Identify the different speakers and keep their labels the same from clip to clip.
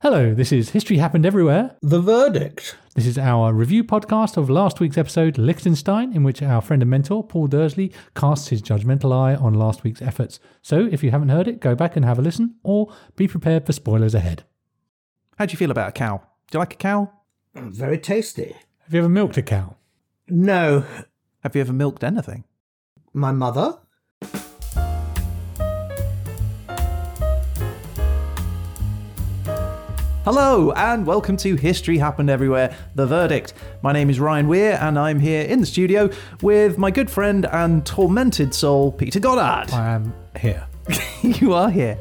Speaker 1: Hello, this is History Happened Everywhere.
Speaker 2: The verdict.
Speaker 1: This is our review podcast of last week's episode, Liechtenstein, in which our friend and mentor, Paul Dursley, casts his judgmental eye on last week's efforts. So if you haven't heard it, go back and have a listen, or be prepared for spoilers ahead.
Speaker 3: How do you feel about a cow? Do you like a cow?
Speaker 2: Very tasty.
Speaker 1: Have you ever milked a cow?
Speaker 2: No,
Speaker 3: Have you ever milked anything?
Speaker 2: my mother.
Speaker 3: Hello, and welcome to History Happened Everywhere The Verdict. My name is Ryan Weir, and I'm here in the studio with my good friend and tormented soul, Peter Goddard.
Speaker 1: I am here.
Speaker 3: you are here.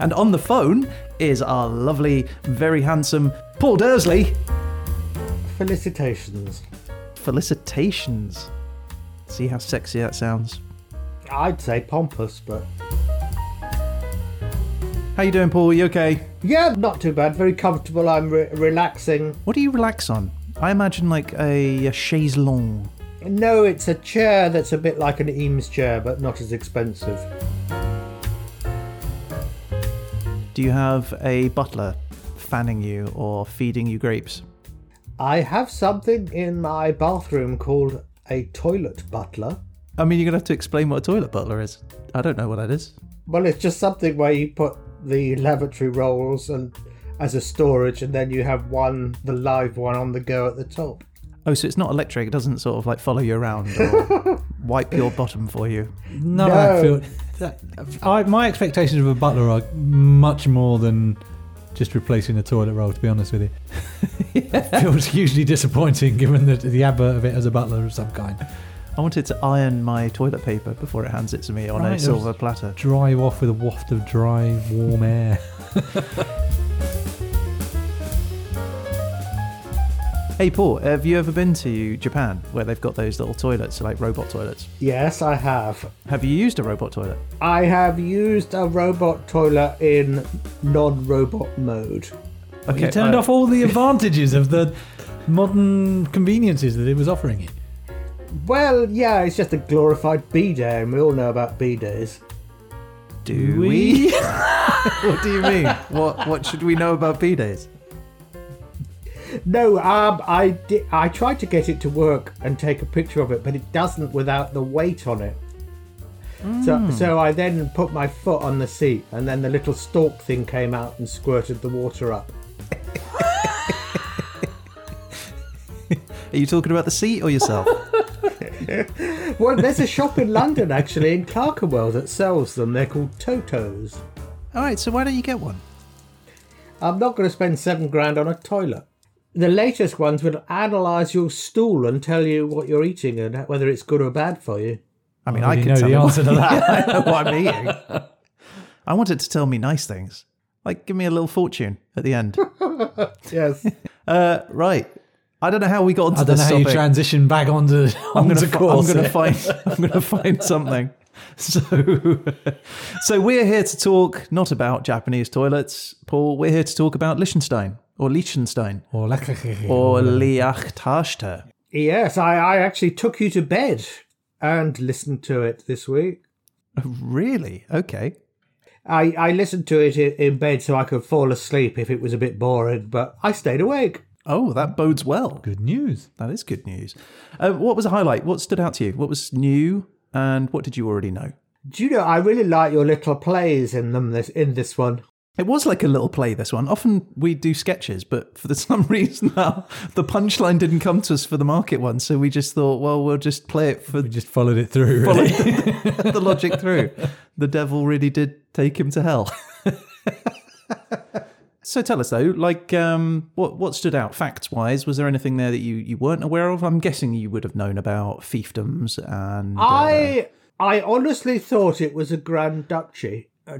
Speaker 3: And on the phone is our lovely, very handsome Paul Dursley.
Speaker 2: Felicitations.
Speaker 3: Felicitations. See how sexy that sounds.
Speaker 2: I'd say pompous, but
Speaker 3: How you doing, Paul? You okay?
Speaker 2: yeah, not too bad. Very comfortable. I'm re- relaxing.
Speaker 3: What do you relax on? I imagine like a, a chaise longue.
Speaker 2: No, it's a chair that's a bit like an Eames chair, but not as expensive.
Speaker 3: Do you have a butler fanning you or feeding you grapes?
Speaker 2: I have something in my bathroom called a toilet butler.
Speaker 3: I mean, you're gonna have to explain what a toilet butler is. I don't know what that is.
Speaker 2: Well, it's just something where you put the lavatory rolls and as a storage, and then you have one, the live one, on the go at the top.
Speaker 3: Oh, so it's not electric. It doesn't sort of like follow you around or wipe your bottom for you.
Speaker 1: No, I feel that, I, my expectations of a butler are much more than just replacing a toilet roll. To be honest with you, it feels hugely disappointing given the, the advert of it as a butler of some kind.
Speaker 3: I wanted to iron my toilet paper before it hands it to me on
Speaker 1: Right, it
Speaker 3: a
Speaker 1: was-
Speaker 3: silver platter.
Speaker 1: Drive off with a waft of dry, warm air.
Speaker 3: Hey, Paul, have you ever been to Japan where they've got those little toilets, like robot toilets?
Speaker 2: Yes, I have.
Speaker 3: Have you used a robot toilet?
Speaker 2: I have used a robot toilet in non-robot mode.
Speaker 3: Okay, uh,
Speaker 1: you turned
Speaker 3: I-
Speaker 1: off all the advantages of the modern conveniences that it was offering you.
Speaker 2: Well, yeah, it's just a glorified b-day, and we all know about b-days.
Speaker 3: Do we?
Speaker 1: we?
Speaker 3: what do you mean? What What should we know about B days?
Speaker 2: No, um, I di- I tried to get it to work and take a picture of it, but it doesn't without the weight on it. So, so I then put my foot on the seat, and then the little stalk thing came out and squirted the water up.
Speaker 3: Are you talking about the seat or yourself?
Speaker 2: Well, there's a shop in London actually in Clerkenwell that sells them. They're called Totos.
Speaker 3: All right, so why don't you get one?
Speaker 2: I'm not going to spend seven grand on a toilet. The latest ones will analyse your stool and tell you what you're eating and whether it's good or bad for you.
Speaker 3: I mean,
Speaker 1: I
Speaker 3: I
Speaker 1: already
Speaker 3: can
Speaker 1: know
Speaker 3: tell
Speaker 1: the
Speaker 3: you
Speaker 1: answer to that.
Speaker 3: I know what I'm eating. I want it to tell me nice things, like give me a little fortune at the end.
Speaker 2: Yes.
Speaker 3: Uh, right. I don't know how we got onto
Speaker 1: I don't know
Speaker 3: this
Speaker 1: how you
Speaker 3: topic.
Speaker 1: transition back onto,
Speaker 3: I'm
Speaker 1: onto
Speaker 3: gonna, fi- I'm
Speaker 1: course.
Speaker 3: gonna find. I'm gonna find something. So, so we're here to talk not about Japanese toilets, Paul. We're here to talk about Liechtenstein or Liechtenstein
Speaker 1: Or like-
Speaker 3: or Liechtenstein.
Speaker 2: yes, I, I actually took you to bed and listened to it this week.
Speaker 3: Really? Okay.
Speaker 2: I, I listened to it i- in bed so I could fall asleep if it was a bit boring, but I stayed awake.
Speaker 3: Oh, that bodes well.
Speaker 1: good news.
Speaker 3: That is good news. Uh, what was a highlight? What stood out to you? What was new, and what did you already know?
Speaker 2: Do you know, I really like your little plays in them this in this one.
Speaker 3: It was like a little play. This one. Often we do sketches, but for the- some reason now the punchline didn't come to us for the market one, so we just thought, well, we'll just play it for
Speaker 1: We just followed it through. Really.
Speaker 3: the logic through. The devil really did take him to hell. so tell us though, like, um, what what stood out facts wise? Was there anything there that you you weren't aware of? I'm guessing you would have known about fiefdoms and. uh,
Speaker 2: I I honestly thought it was a grand duchy, uh,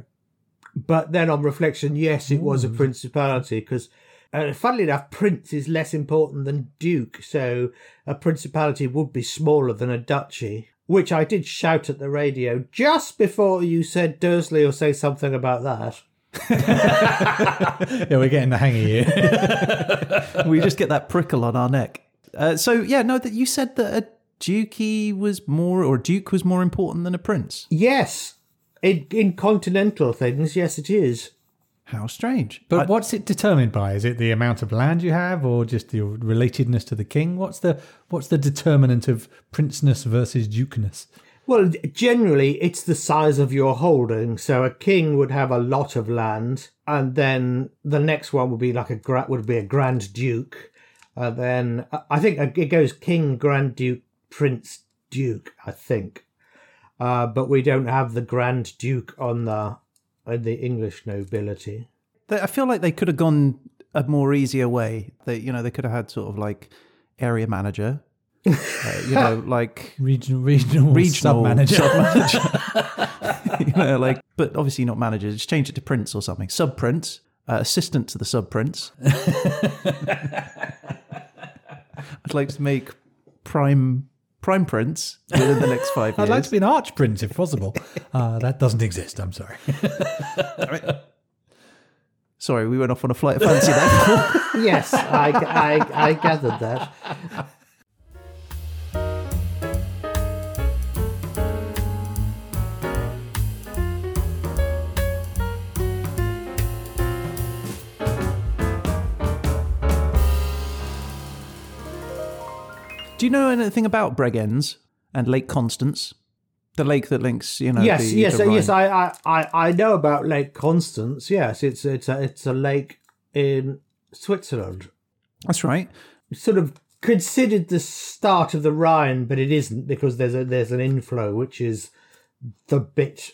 Speaker 2: but then on reflection, yes, it was a principality because. Uh, funnily enough, prince is less important than duke, so a principality would be smaller than a duchy. Which I did shout at the radio just before you said Dursley or say something about that.
Speaker 1: yeah, we're getting the hang of you.
Speaker 3: we just get that prickle on our neck. Uh, so yeah, no, that you said that a dukey was more or duke was more important than a prince.
Speaker 2: Yes, in, in continental things, yes, it is.
Speaker 3: How strange.
Speaker 1: But
Speaker 3: I-
Speaker 1: what's it determined by? Is it the amount of land you have, or just your relatedness to the king? What's the what's the determinant of princeness versus dukeness?
Speaker 2: Well, generally, it's the size of your holding. So a king would have a lot of land, and then the next one would be like a gra- would be a grand duke, and then I- I think uh, it goes king, grand duke, prince, duke. I think, uh, but we don't have the grand duke on the on the English nobility.
Speaker 3: They- I feel like they could have gone a more easier way. They, you know, they could have had sort of like area manager, uh, you know, like
Speaker 1: Regional, regional,
Speaker 3: regional
Speaker 1: manager.
Speaker 3: sub-manager. you know, like, but obviously not manager. Just change it to prince or something. Sub prince, uh, assistant to the sub prince. I'd like to make prime prime prince within the next five years.
Speaker 1: I'd like to be an archprince if possible. Uh, that doesn't exist. I'm sorry.
Speaker 3: Sorry, we went off on a flight of fancy there.
Speaker 2: Yes, I, I I gathered that.
Speaker 3: Do you know anything about Bregenz and Lake Constance? The lake that links, you know.
Speaker 2: yes,
Speaker 3: the,
Speaker 2: yes,
Speaker 3: the
Speaker 2: yes.
Speaker 3: Rhine.
Speaker 2: I, I, I, I know about Lake Constance. Yes, it's it's a it's a lake in Switzerland.
Speaker 3: That's right.
Speaker 2: It's sort of considered the start of the Rhine, but it isn't because there's a there's an inflow which is the bit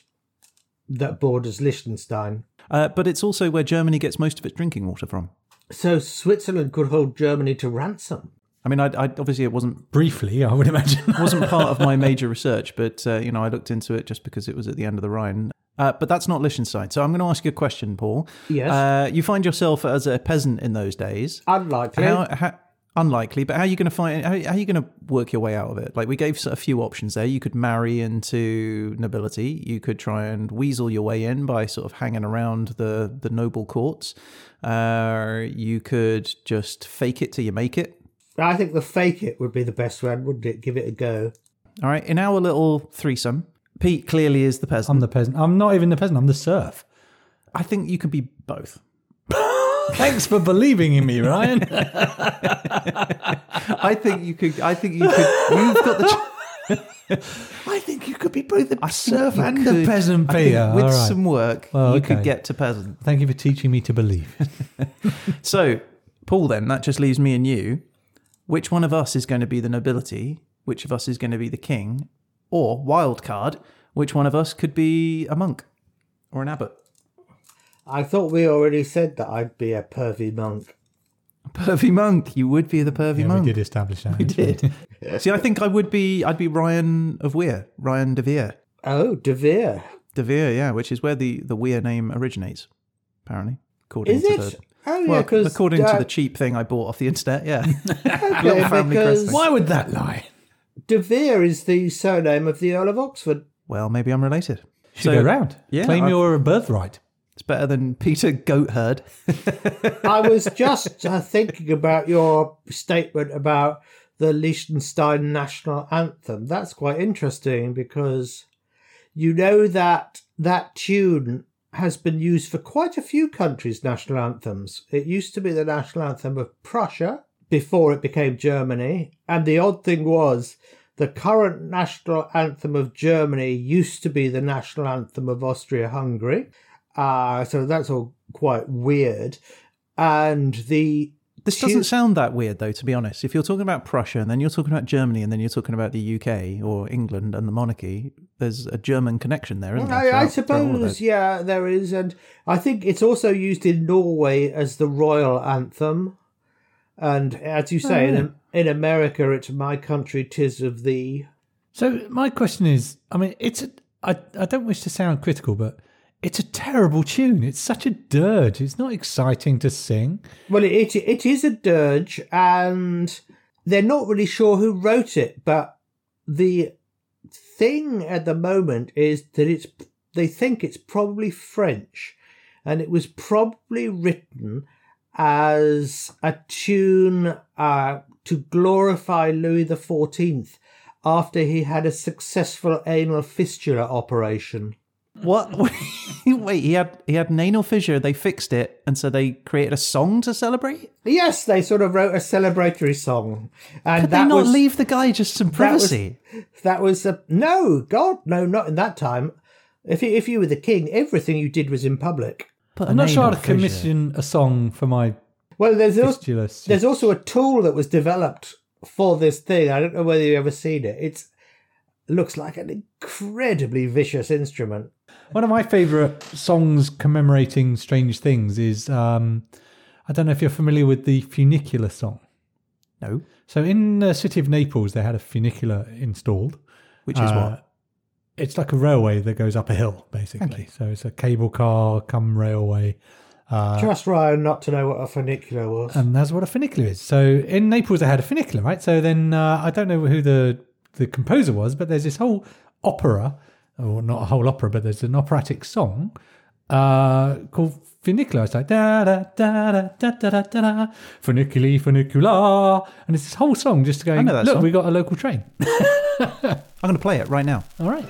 Speaker 2: that borders Liechtenstein.
Speaker 3: Uh, but it's also where Germany gets most of its drinking water from.
Speaker 2: So Switzerland could hold Germany to ransom.
Speaker 3: I mean, I, I obviously it wasn't
Speaker 1: Briefly, I would imagine.
Speaker 3: wasn't part of my major research, but uh, you know, I looked into it just because it was at the end of the Rhine. Uh, but that's not Liechtenstein. So I'm going to ask you a question, Paul.
Speaker 2: Yes.
Speaker 3: Uh, you find yourself as a peasant in those days.
Speaker 2: Unlikely.
Speaker 3: How, how, unlikely, but how are you going to find? How, how are you going to work your way out of it? Like we gave a few options there. You could marry into nobility. You could try and weasel your way in by sort of hanging around the the noble courts. Uh, you could just fake it till you make it.
Speaker 2: I think the fake it would be the best one, wouldn't it? Give it a go.
Speaker 3: All right. In our little threesome, Pete clearly is the peasant.
Speaker 1: I'm the peasant. I'm not even the peasant. I'm the serf.
Speaker 3: I think you can be both.
Speaker 1: Thanks for believing in me, Ryan.
Speaker 3: I think you could. I think you could. You've got the. ch-
Speaker 1: I think you could be both a serf
Speaker 3: you
Speaker 1: and
Speaker 3: could-
Speaker 1: a peasant,
Speaker 3: I think
Speaker 1: Peter.
Speaker 3: With
Speaker 1: All right.
Speaker 3: some work,
Speaker 1: Well,
Speaker 3: you
Speaker 1: okay.
Speaker 3: could get to peasant.
Speaker 1: Thank you for teaching me to believe.
Speaker 3: So, Paul, then that just leaves me and you. Which one of us is going to be the nobility? Which of us is going to be the king? Or wild card, which one of us could be a monk or an abbot?
Speaker 2: I thought we already said that I'd be a pervy monk.
Speaker 3: Pervy monk, you would be the pervy
Speaker 1: Yeah,
Speaker 3: monk.
Speaker 1: we did establish that.
Speaker 3: We did. See, I think I would be. I'd be Ryan of Weir, Ryan De Vere,
Speaker 2: Oh, De Vere.
Speaker 3: De Vere, yeah, which is where the the Weir name originates, apparently. According
Speaker 2: Is
Speaker 3: to
Speaker 2: it?
Speaker 3: The,
Speaker 2: oh, yeah,
Speaker 3: well,
Speaker 2: 'cause,
Speaker 3: according
Speaker 2: uh,
Speaker 3: to the cheap thing I bought off the internet, yeah.
Speaker 2: okay,
Speaker 3: family crest
Speaker 2: because
Speaker 3: thing.
Speaker 1: Why would that lie?
Speaker 2: De Vere is the surname of the Earl of Oxford.
Speaker 3: well, maybe I'm related.
Speaker 1: Should go round.
Speaker 3: yeah,
Speaker 1: Claim
Speaker 3: I-
Speaker 1: your birthright.
Speaker 3: It's better than Peter Goatherd.
Speaker 2: I was just uh, thinking about your statement about the Liechtenstein national anthem. That's quite interesting because you know that that tune has been used for quite a few countries' national anthems. It used to be the national anthem of Prussia before it became Germany, and the odd thing was. The current national anthem of Germany used to be the national anthem of Austria Hungary. Uh, so that's all quite weird. And the
Speaker 3: This
Speaker 2: Two-
Speaker 3: doesn't sound that weird, though, to be honest. If you're talking about Prussia, and then you're talking about Germany, and then you're talking about the UK or England and the monarchy, there's a German connection there, isn't there?
Speaker 2: Oh, I, I
Speaker 3: throughout- throughout all of
Speaker 2: suppose,
Speaker 3: it?
Speaker 2: yeah, there is, and I think it's also used in Norway as the royal anthem, and as you say, in, in America, it's "My Country, Tis of Thee."
Speaker 1: So my question is, I mean, it's a, I, I don't wish to sound critical, but it's a terrible tune. It's such a dirge. It's not exciting to sing.
Speaker 2: Well, it it is a dirge, and they're not really sure who wrote it, but the thing at the moment is that it's they think it's probably French, and it was probably written as a tune uh, to glorify Louis the Fourteenth after he had a successful anal fistula operation.
Speaker 3: What? Wait, he had he had an anal fissure. They fixed it, and so they created a song to celebrate.
Speaker 2: Yes, they sort of wrote a celebratory song, and
Speaker 3: Could
Speaker 2: that
Speaker 3: they not
Speaker 2: was
Speaker 3: leave the guy just some
Speaker 2: that was-
Speaker 3: privacy?
Speaker 2: That was a, no God, no, not in that time. If you, if you were the king, everything you did was in public.
Speaker 3: Put
Speaker 1: I'm
Speaker 3: an
Speaker 1: not sure I'd
Speaker 3: anal fissure.
Speaker 1: commission a song for my
Speaker 2: Well, there's also,
Speaker 1: fistulous.
Speaker 2: there's also a tool that was developed for this thing. I don't know whether you've ever seen it. It's looks like an incredibly vicious instrument.
Speaker 1: One of my favourite songs commemorating strange things is um, I don't know if you're familiar with the funicular song.
Speaker 3: No,
Speaker 1: So in the city of Naples, they had a funicular installed.
Speaker 3: which is
Speaker 1: Uh,
Speaker 3: what
Speaker 1: It's like a railway that goes up a hill, basically. So it's a cable car come railway.
Speaker 3: Uh,
Speaker 2: Trust Ryan not to know what a funicular was.
Speaker 1: And that's what a funicular is. So in Naples, they had a funicular, right? So then uh, I don't know who the the composer was, but there's this whole opera, or not a whole opera, but there's an operatic song uh, called funicular. It's like da da da da da da da da da funiculi funicular, and it's this whole song just going.
Speaker 3: know that
Speaker 1: Look,
Speaker 3: song."
Speaker 1: we got a local train.
Speaker 3: I'm going to play it right now.
Speaker 1: All right.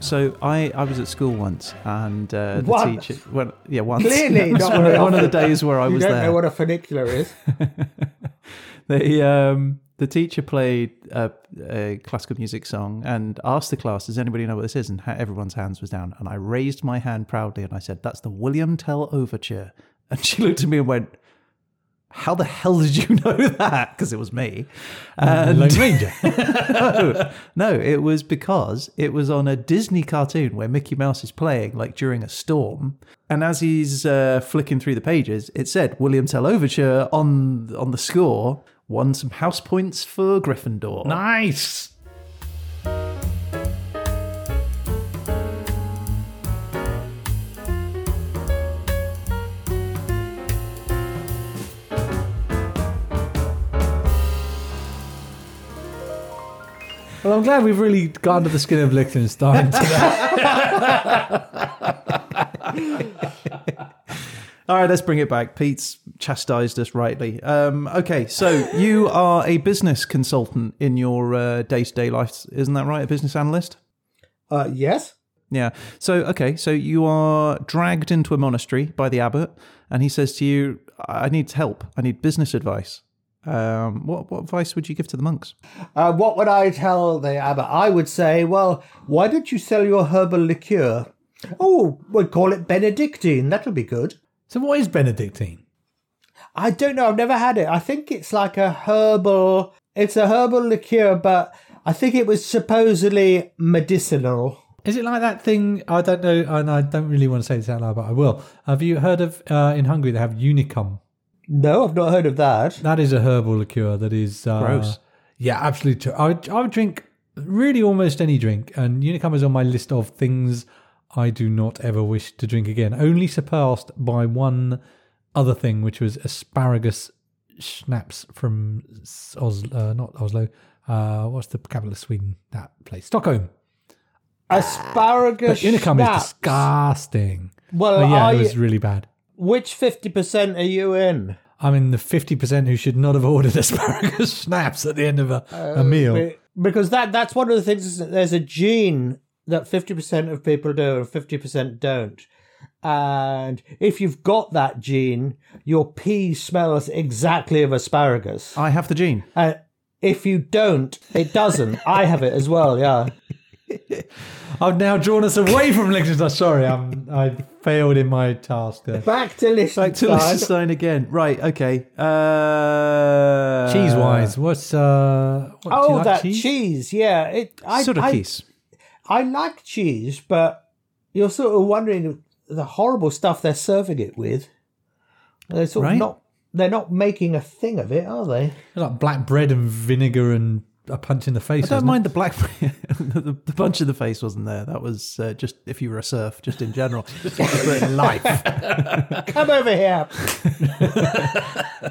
Speaker 3: So I, I was at school once, and uh, the
Speaker 2: Once.
Speaker 3: teacher. Well, yeah, once.
Speaker 2: Clearly
Speaker 3: That was
Speaker 2: not
Speaker 3: one, of-
Speaker 2: very
Speaker 3: one of the
Speaker 2: often.
Speaker 3: days where I
Speaker 2: you
Speaker 3: was
Speaker 2: don't
Speaker 3: there.
Speaker 2: know what a funicular is.
Speaker 3: the um, the teacher played a, a classical music song and asked the class, "Does anybody know what this is?" And ha- everyone's hands was down. And I raised my hand proudly and I said, "That's the William Tell Overture." And she looked at me and went, "How the hell did you know that?" Because it was me. And
Speaker 1: Lone Ranger.
Speaker 3: no, no, it was because it was on a Disney cartoon where Mickey Mouse is playing like during a storm, and as he's uh, flicking through the pages, it said William Tell Overture on on the score won some house points for Gryffindor.
Speaker 1: nice. Well, I'm glad we've really gone to the skin of Liechtenstein today.
Speaker 3: All right, let's bring it back. Pete's chastised us rightly. Um, okay, so you are a business consultant in your day to day life, isn't that right? A business analyst.
Speaker 2: Uh, yes.
Speaker 3: Yeah. So, okay. So you are dragged into a monastery by the abbot, and he says to you, I need help. I need business advice. Um, what, what advice would you give to the monks?
Speaker 2: Uh, what would I tell the abbot? I would say, well, why don't you sell your herbal liqueur? Oh, we'll call it Benedictine. That'll be good.
Speaker 1: So, what is Benedictine?
Speaker 2: I don't know. I've never had it. I think it's like a herbal. It's a herbal liqueur, but I think it was supposedly medicinal.
Speaker 1: Is it like that thing? I don't know, and I don't really want to say this out loud, but I will. Have you heard of uh, in Hungary they have unicum?
Speaker 2: No, I've not heard of that.
Speaker 1: That is a herbal liqueur. That is uh,
Speaker 3: Gross.
Speaker 1: Yeah, absolutely. true. I would, I would drink really almost any drink, and Unicum is on my list of things I do not ever wish to drink again. Only surpassed by one other thing, which was asparagus schnapps from S- Oslo, uh, not Oslo. Uh, what's the capital of Sweden? That place, Stockholm.
Speaker 2: Asparagus.
Speaker 1: But Unicum is
Speaker 2: schnapps.
Speaker 1: disgusting.
Speaker 2: Well,
Speaker 1: Oh, yeah,
Speaker 2: I,
Speaker 1: it was really bad.
Speaker 2: which fifty percent are you in?
Speaker 1: I'm in the fifty percent who should not have ordered asparagus schnapps at the end of a,
Speaker 3: Oh,
Speaker 1: a meal.
Speaker 2: Be- Because that that's one of the things. Isn't it? There's a gene that fifty percent of people do and fifty percent don't. And if you've got that gene, your pee smells exactly of asparagus.
Speaker 3: I have the gene.
Speaker 2: Uh, if you don't, it doesn't. I have it as well. Yeah.
Speaker 1: I've now drawn us away from Liechtenstein. Sorry, I'm, I failed in my task there.
Speaker 2: Back to Liechtenstein.
Speaker 3: Back to Liechtenstein again. Right, okay. Uh,
Speaker 1: cheese wise, what's uh? What, do you
Speaker 2: Oh,
Speaker 1: like
Speaker 2: that cheese? Yeah, it. I, I,
Speaker 3: Surakis.
Speaker 2: I like cheese, but you're sort of wondering the horrible stuff they're serving it with. They're sort
Speaker 3: Right.
Speaker 2: of not. They're not making a thing of it, are they?
Speaker 1: Like black bread and vinegar and a punch in the face.
Speaker 3: I don't
Speaker 1: isn't it?
Speaker 3: mind the black, the, the punch in the face wasn't there. That was uh, just if you were a surf, just in general. life.
Speaker 2: Come over here.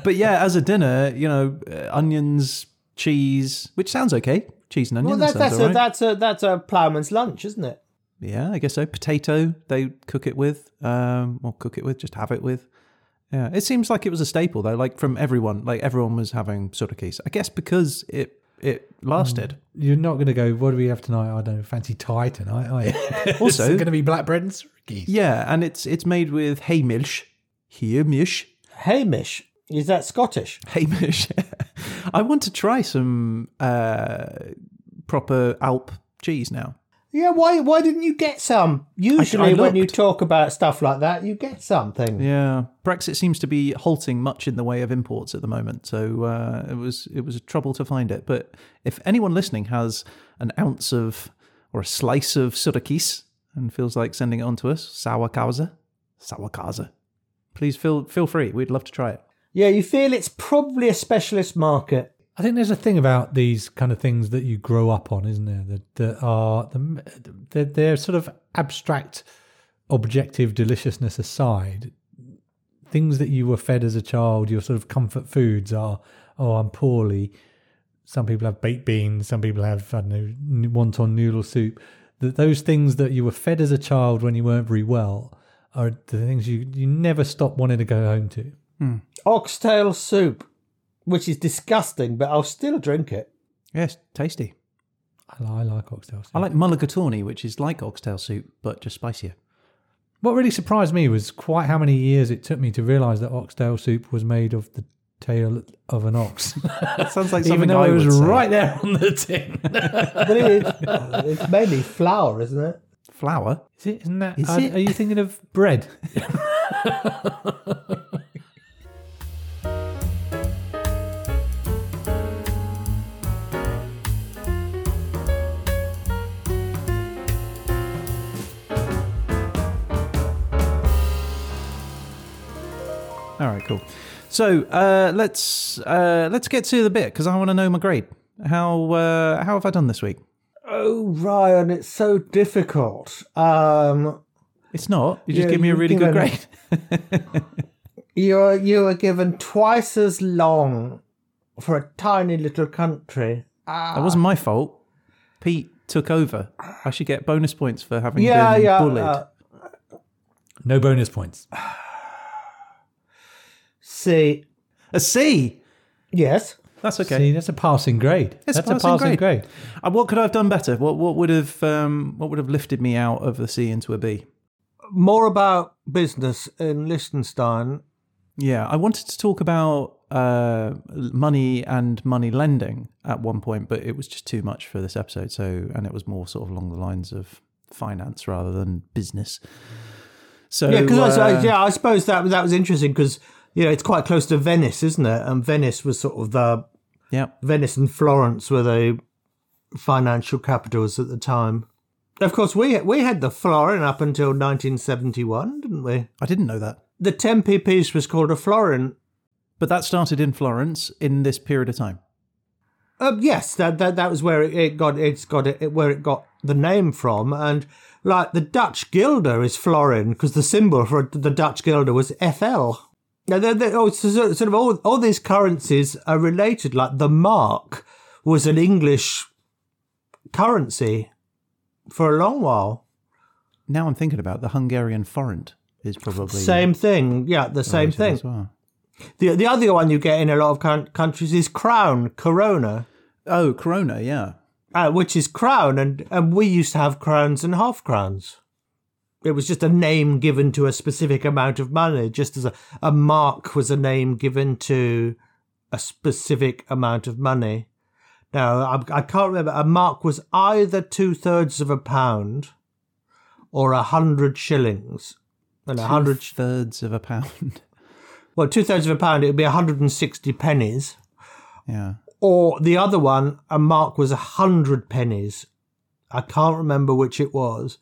Speaker 3: But yeah, as a dinner, you know, uh, onions, cheese, which sounds okay. Cheese and
Speaker 2: Well,
Speaker 3: onions.
Speaker 2: that,
Speaker 3: that sounds
Speaker 2: that's a
Speaker 3: all right.
Speaker 2: that's a that's a ploughman's lunch, isn't it?
Speaker 3: Yeah, I guess so. Potato, they cook it with, um, or cook it with, just have it with. Yeah, it seems like it was a staple though, like from everyone, like everyone was having surakis. I guess because it it lasted.
Speaker 1: You're not going to go. What do we have tonight? I don't know, fancy Thai tonight. Are you?
Speaker 3: Also-
Speaker 1: going to be black bread and surgees.
Speaker 3: Yeah, and it's it's made with haymish, haymish,
Speaker 2: Hamish is that Scottish?
Speaker 3: haymish. I want to try some uh, proper Alp cheese now.
Speaker 2: Yeah. Why why didn't you get some? Usually, when you
Speaker 3: looked.
Speaker 2: talk about stuff like that, you get something.
Speaker 3: Yeah, Brexit seems to be halting much in the way of imports at the moment, so uh, it was it was a trouble to find it. But if anyone listening has an ounce of or a slice of surakis and feels like sending it on to us, sauerkause, sauerkause, please feel feel free. We'd love to try it.
Speaker 2: Yeah, you feel it's probably a specialist market.
Speaker 1: I think there's a thing about these kind of things that you grow up on, isn't there? That, that are the they're, they're sort of abstract, objective deliciousness aside, things that you were fed as a child, your sort of comfort foods are. Oh, I'm poorly. Some people have baked beans. Some people have I don't know wonton noodle soup. That those things that you were fed as a child when you weren't very well are the things you you never stop wanting to go home to.
Speaker 2: Oxtail soup, which is disgusting, but I'll still drink it.
Speaker 3: Yes, tasty.
Speaker 1: I, I like oxtail soup.
Speaker 3: I like mulligatawny, which is like oxtail soup but just spicier.
Speaker 1: What really surprised me was quite how many years it took me to realise that oxtail soup was made of the tail of an ox,
Speaker 3: That sounds like
Speaker 1: even
Speaker 3: something
Speaker 1: though
Speaker 3: I
Speaker 1: it was
Speaker 3: would say.
Speaker 1: right there on the tin.
Speaker 2: But it is, it's mainly flour, isn't it?
Speaker 3: Flour.
Speaker 1: Is it? Isn't that?
Speaker 3: Is
Speaker 1: are,
Speaker 3: it?
Speaker 1: are you thinking of bread?
Speaker 3: All right, cool. So uh, let's uh, let's get to the bit because I want to know my grade. How uh, how have I done this week?
Speaker 2: Oh, Ryan, it's so difficult. Um,
Speaker 3: It's not. You just
Speaker 2: Yeah,
Speaker 3: give me a
Speaker 2: you've
Speaker 3: really good
Speaker 2: given-
Speaker 3: grade.
Speaker 2: you're you are given twice as long for a tiny little country.
Speaker 3: that wasn't my fault. Pete took over. I should get bonus points for having
Speaker 2: Yeah,
Speaker 3: been
Speaker 2: yeah.
Speaker 3: bullied.
Speaker 2: uh,
Speaker 1: No bonus points.
Speaker 2: see,
Speaker 3: a C.
Speaker 2: yes,
Speaker 3: That's okay.
Speaker 1: See, that's a passing grade.
Speaker 3: It's
Speaker 1: that's
Speaker 3: passing
Speaker 1: a passing grade.
Speaker 3: Uh, what could I have done better? What what would have um, what would have lifted me out of the C into a B?
Speaker 2: more about business in Liechtenstein.
Speaker 3: Yeah, I wanted to talk about uh, money and money lending at one point, but it was just too much for this episode. So, and it was more sort of along the lines of finance rather than business. So,
Speaker 2: Yeah, because
Speaker 3: uh,
Speaker 2: yeah, I suppose that that was interesting because you know it's quite close to Venice, isn't it? And Venice was sort of the
Speaker 3: yeah,
Speaker 2: Venice and Florence were the financial capitals at the time. Of course, we we had the florin up until 1971, didn't we?
Speaker 3: I didn't know that,
Speaker 2: The Tempe piece was called a florin.
Speaker 3: but that started in Florence in this period of time.
Speaker 2: Um, yes, that, that that was where it, it got it's got it, it- where it got the name from, and like the Dutch guilder is florin because the symbol for the Dutch guilder was FL. Now, they're, they're- oh, so, so- sort of all all these currencies are related. Like the mark was an English currency for a long while.
Speaker 3: Now I'm thinking about it, the Hungarian forint is probably
Speaker 2: Same thing, yeah, the same
Speaker 3: related
Speaker 2: thing.
Speaker 3: as well.
Speaker 2: The the other one you get in a lot of coun- countries is crown, corona.
Speaker 3: Oh, Corona, yeah.
Speaker 2: uh, which is crown, and, and we used to have crowns and half crowns. It was just a name given to a specific amount of money, just as a, a mark was a name given to a specific amount of money. Now, I, I can't remember, a mark was either two thirds of a pound or a hundred shillings. and a hundred.
Speaker 3: thirds of a pound.
Speaker 2: Well, two thirds of a pound. It would be hundred and sixty pennies.
Speaker 3: yeah.
Speaker 2: Or the other one, a mark was a hundred pennies. I can't remember which it was.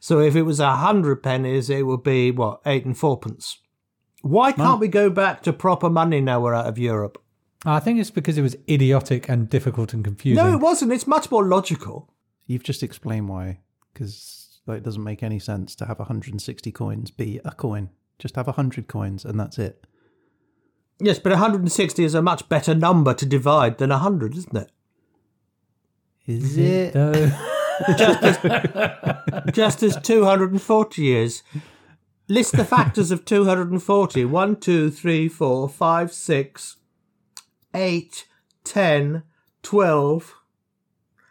Speaker 2: So if it was a hundred pennies, it would be what eight and fourpence. Why can't we go back to proper money now we're out of Europe?
Speaker 1: I think it's because it was idiotic and difficult and confusing.
Speaker 2: No, it wasn't. It's much more logical.
Speaker 3: You've just explained why, because like, it doesn't make any sense to have 160 coins be a coin. Just have 100 coins and that's it.
Speaker 2: Yes, but 160 is a much better number to divide than 100, isn't it?
Speaker 3: Is
Speaker 1: No.
Speaker 2: Just as 240 is. List the factors of 240 1, 2, 3, 4, 5, 6, 8, 10, 12.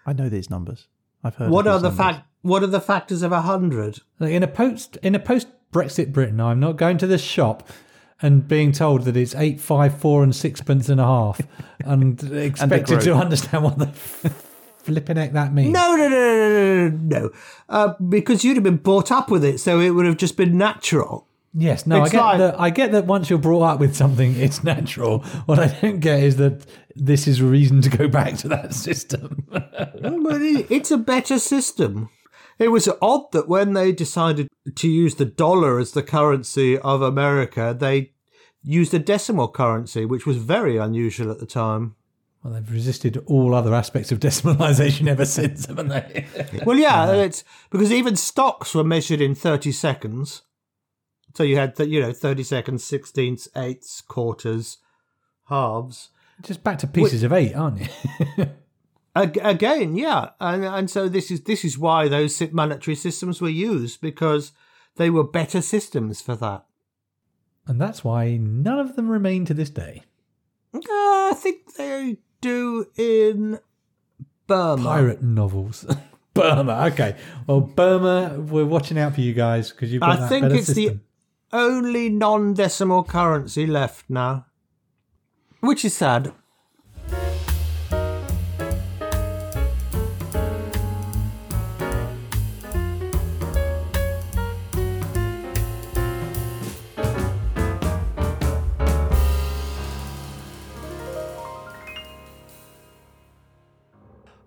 Speaker 3: I know these numbers. I've heard.
Speaker 2: What
Speaker 3: of
Speaker 2: are
Speaker 3: these
Speaker 2: the
Speaker 3: numbers.
Speaker 2: fact? What are the factors of 100?
Speaker 1: Like, in a post in a post Brexit Britain, I'm not going to the shop and being told that it's eight five four and sixpence and a half, and expected to
Speaker 3: groat.
Speaker 1: understand what the flipping heck that means.
Speaker 2: No, no, no, no, no, no, no. Uh, because you'd have been brought up with it, so it would have just been natural.
Speaker 1: Yes, no, I
Speaker 2: It's
Speaker 1: get
Speaker 2: like-
Speaker 1: that. I get that once you're brought up with something, it's natural. What I don't get is that this is a reason to go back to that system.
Speaker 2: But it- it's a better system. It was odd that when they decided to use the dollar as the currency of America, they used a decimal currency, which was very unusual at the time.
Speaker 1: well, they've resisted all other aspects of decimalisation ever since, haven't they?
Speaker 2: Well, yeah, it's because even stocks were measured in 30 seconds. So you had, th- you know, 30 seconds, sixteenths, eighths, quarters, halves.
Speaker 1: Just back to pieces of eight, aren't you?
Speaker 2: Ag- again, yeah, and and so this is this is why those si- monetary systems were used because they were better systems for that.
Speaker 1: And that's why none of them remain to this day.
Speaker 2: Uh, I think they do in Burma.
Speaker 1: Pirate novels. Burma. Okay. Well, Burma, we're watching out for you guys because you've got
Speaker 2: I
Speaker 1: that
Speaker 2: think
Speaker 1: better
Speaker 2: it's
Speaker 1: system.
Speaker 2: the only non decimal currency left now, which is sad.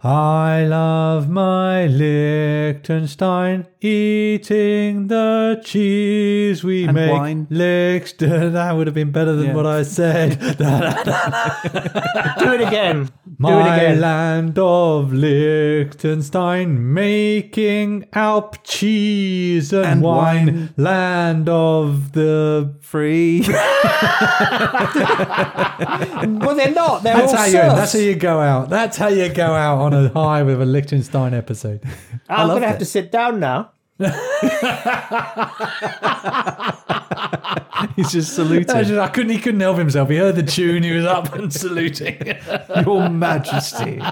Speaker 1: I love my Liechtenstein, eating the cheese we
Speaker 3: And
Speaker 1: make.
Speaker 3: wine.
Speaker 1: Liechtenstein. That would have been better than
Speaker 3: Yeah.
Speaker 1: what I said.
Speaker 2: Do it again. do it
Speaker 1: my
Speaker 2: again.
Speaker 1: land of Liechtenstein, making Alp cheese and,
Speaker 3: And
Speaker 1: wine.
Speaker 3: wine.
Speaker 1: Land of the
Speaker 3: Free.
Speaker 2: well, they're not. They're
Speaker 1: That's
Speaker 2: all
Speaker 1: how you.
Speaker 2: serfs.
Speaker 1: That's how you go out. That's how you go out on a high with a Liechtenstein episode.
Speaker 2: I'm going
Speaker 3: loved
Speaker 2: to have
Speaker 3: it.
Speaker 2: to sit down now.
Speaker 3: He's just
Speaker 1: I,
Speaker 3: saluted.
Speaker 1: just- I couldn't. He couldn't help himself. He heard the tune. He was up and saluting.
Speaker 3: Your Majesty.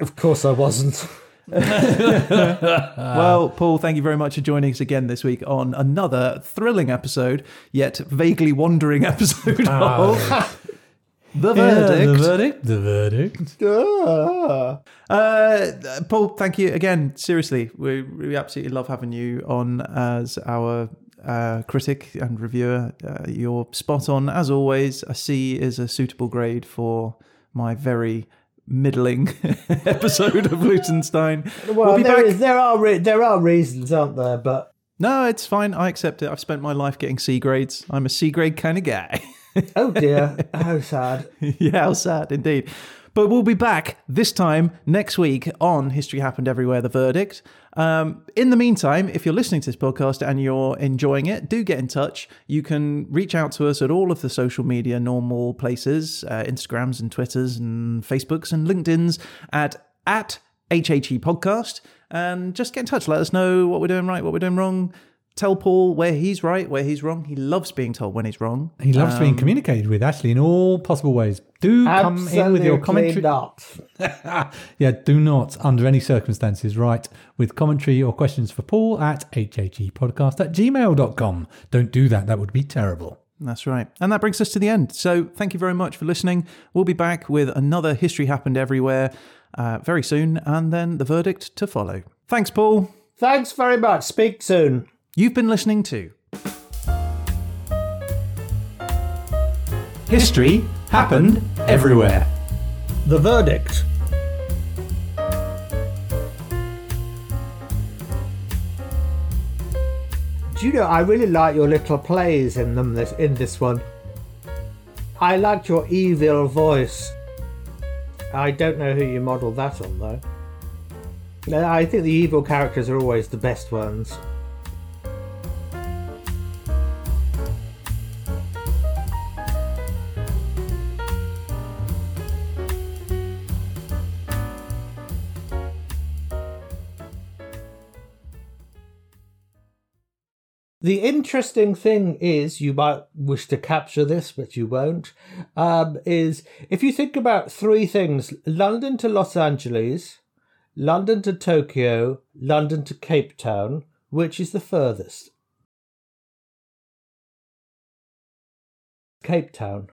Speaker 2: Of course, I wasn't.
Speaker 3: well, Paul, thank you very much for joining us again this week on another thrilling episode, yet vaguely wandering episode of The Verdict.
Speaker 1: the verdict. The verdict.
Speaker 3: Ah. Uh, Paul, thank you again. Seriously, we, we absolutely love having you on as our uh, critic and reviewer. Uh, you're spot on as always. A C is a suitable grade for my very middling episode of Lutenstein.
Speaker 2: Well,
Speaker 3: we'll be
Speaker 2: there,
Speaker 3: back.
Speaker 2: is- there are re- there are reasons, aren't there? But
Speaker 3: No, it's fine. I accept it. I've spent my life getting C grades. I'm a C grade kind of guy.
Speaker 2: oh dear, how sad.
Speaker 3: yeah, how sad indeed. But we'll be back this time next week on History Happened Everywhere The Verdict. Um, in the meantime, if you're listening to this podcast and you're enjoying it, do get in touch. You can reach out to us at all of the social media normal places uh, Instagrams and Twitters and Facebooks and LinkedIn's at, at HHE Podcast. And just get in touch. Let us know what we're doing right, what we're doing wrong. Tell Paul where he's right, where he's wrong. He loves being told when he's wrong.
Speaker 1: He loves
Speaker 3: Um,
Speaker 1: being communicated with, actually, in all possible ways. Do
Speaker 2: Absolutely
Speaker 1: come in with your commentary.
Speaker 2: not.
Speaker 1: yeah, do not, under any circumstances, write with commentary or questions for Paul at hhepodcast at gmail.com. Don't do that. That would be terrible.
Speaker 3: That's right. And that brings us to the end. So thank you very much for listening. We'll be back with another History Happened Everywhere uh, very soon, and then the verdict to follow. Thanks, Paul.
Speaker 2: Thanks very much. Speak soon.
Speaker 3: You've been listening to
Speaker 1: History happened everywhere.
Speaker 2: The verdict. Do you know? I really like your little plays in them. This in this one. I liked your evil voice. I don't know who you modelled that on though. No, I think the evil characters are always the best ones. The interesting thing is, you might wish to capture this, but you won't. Um, is if you think about three things London to Los Angeles, London to Tokyo, London to Cape Town, which is the furthest? Cape Town.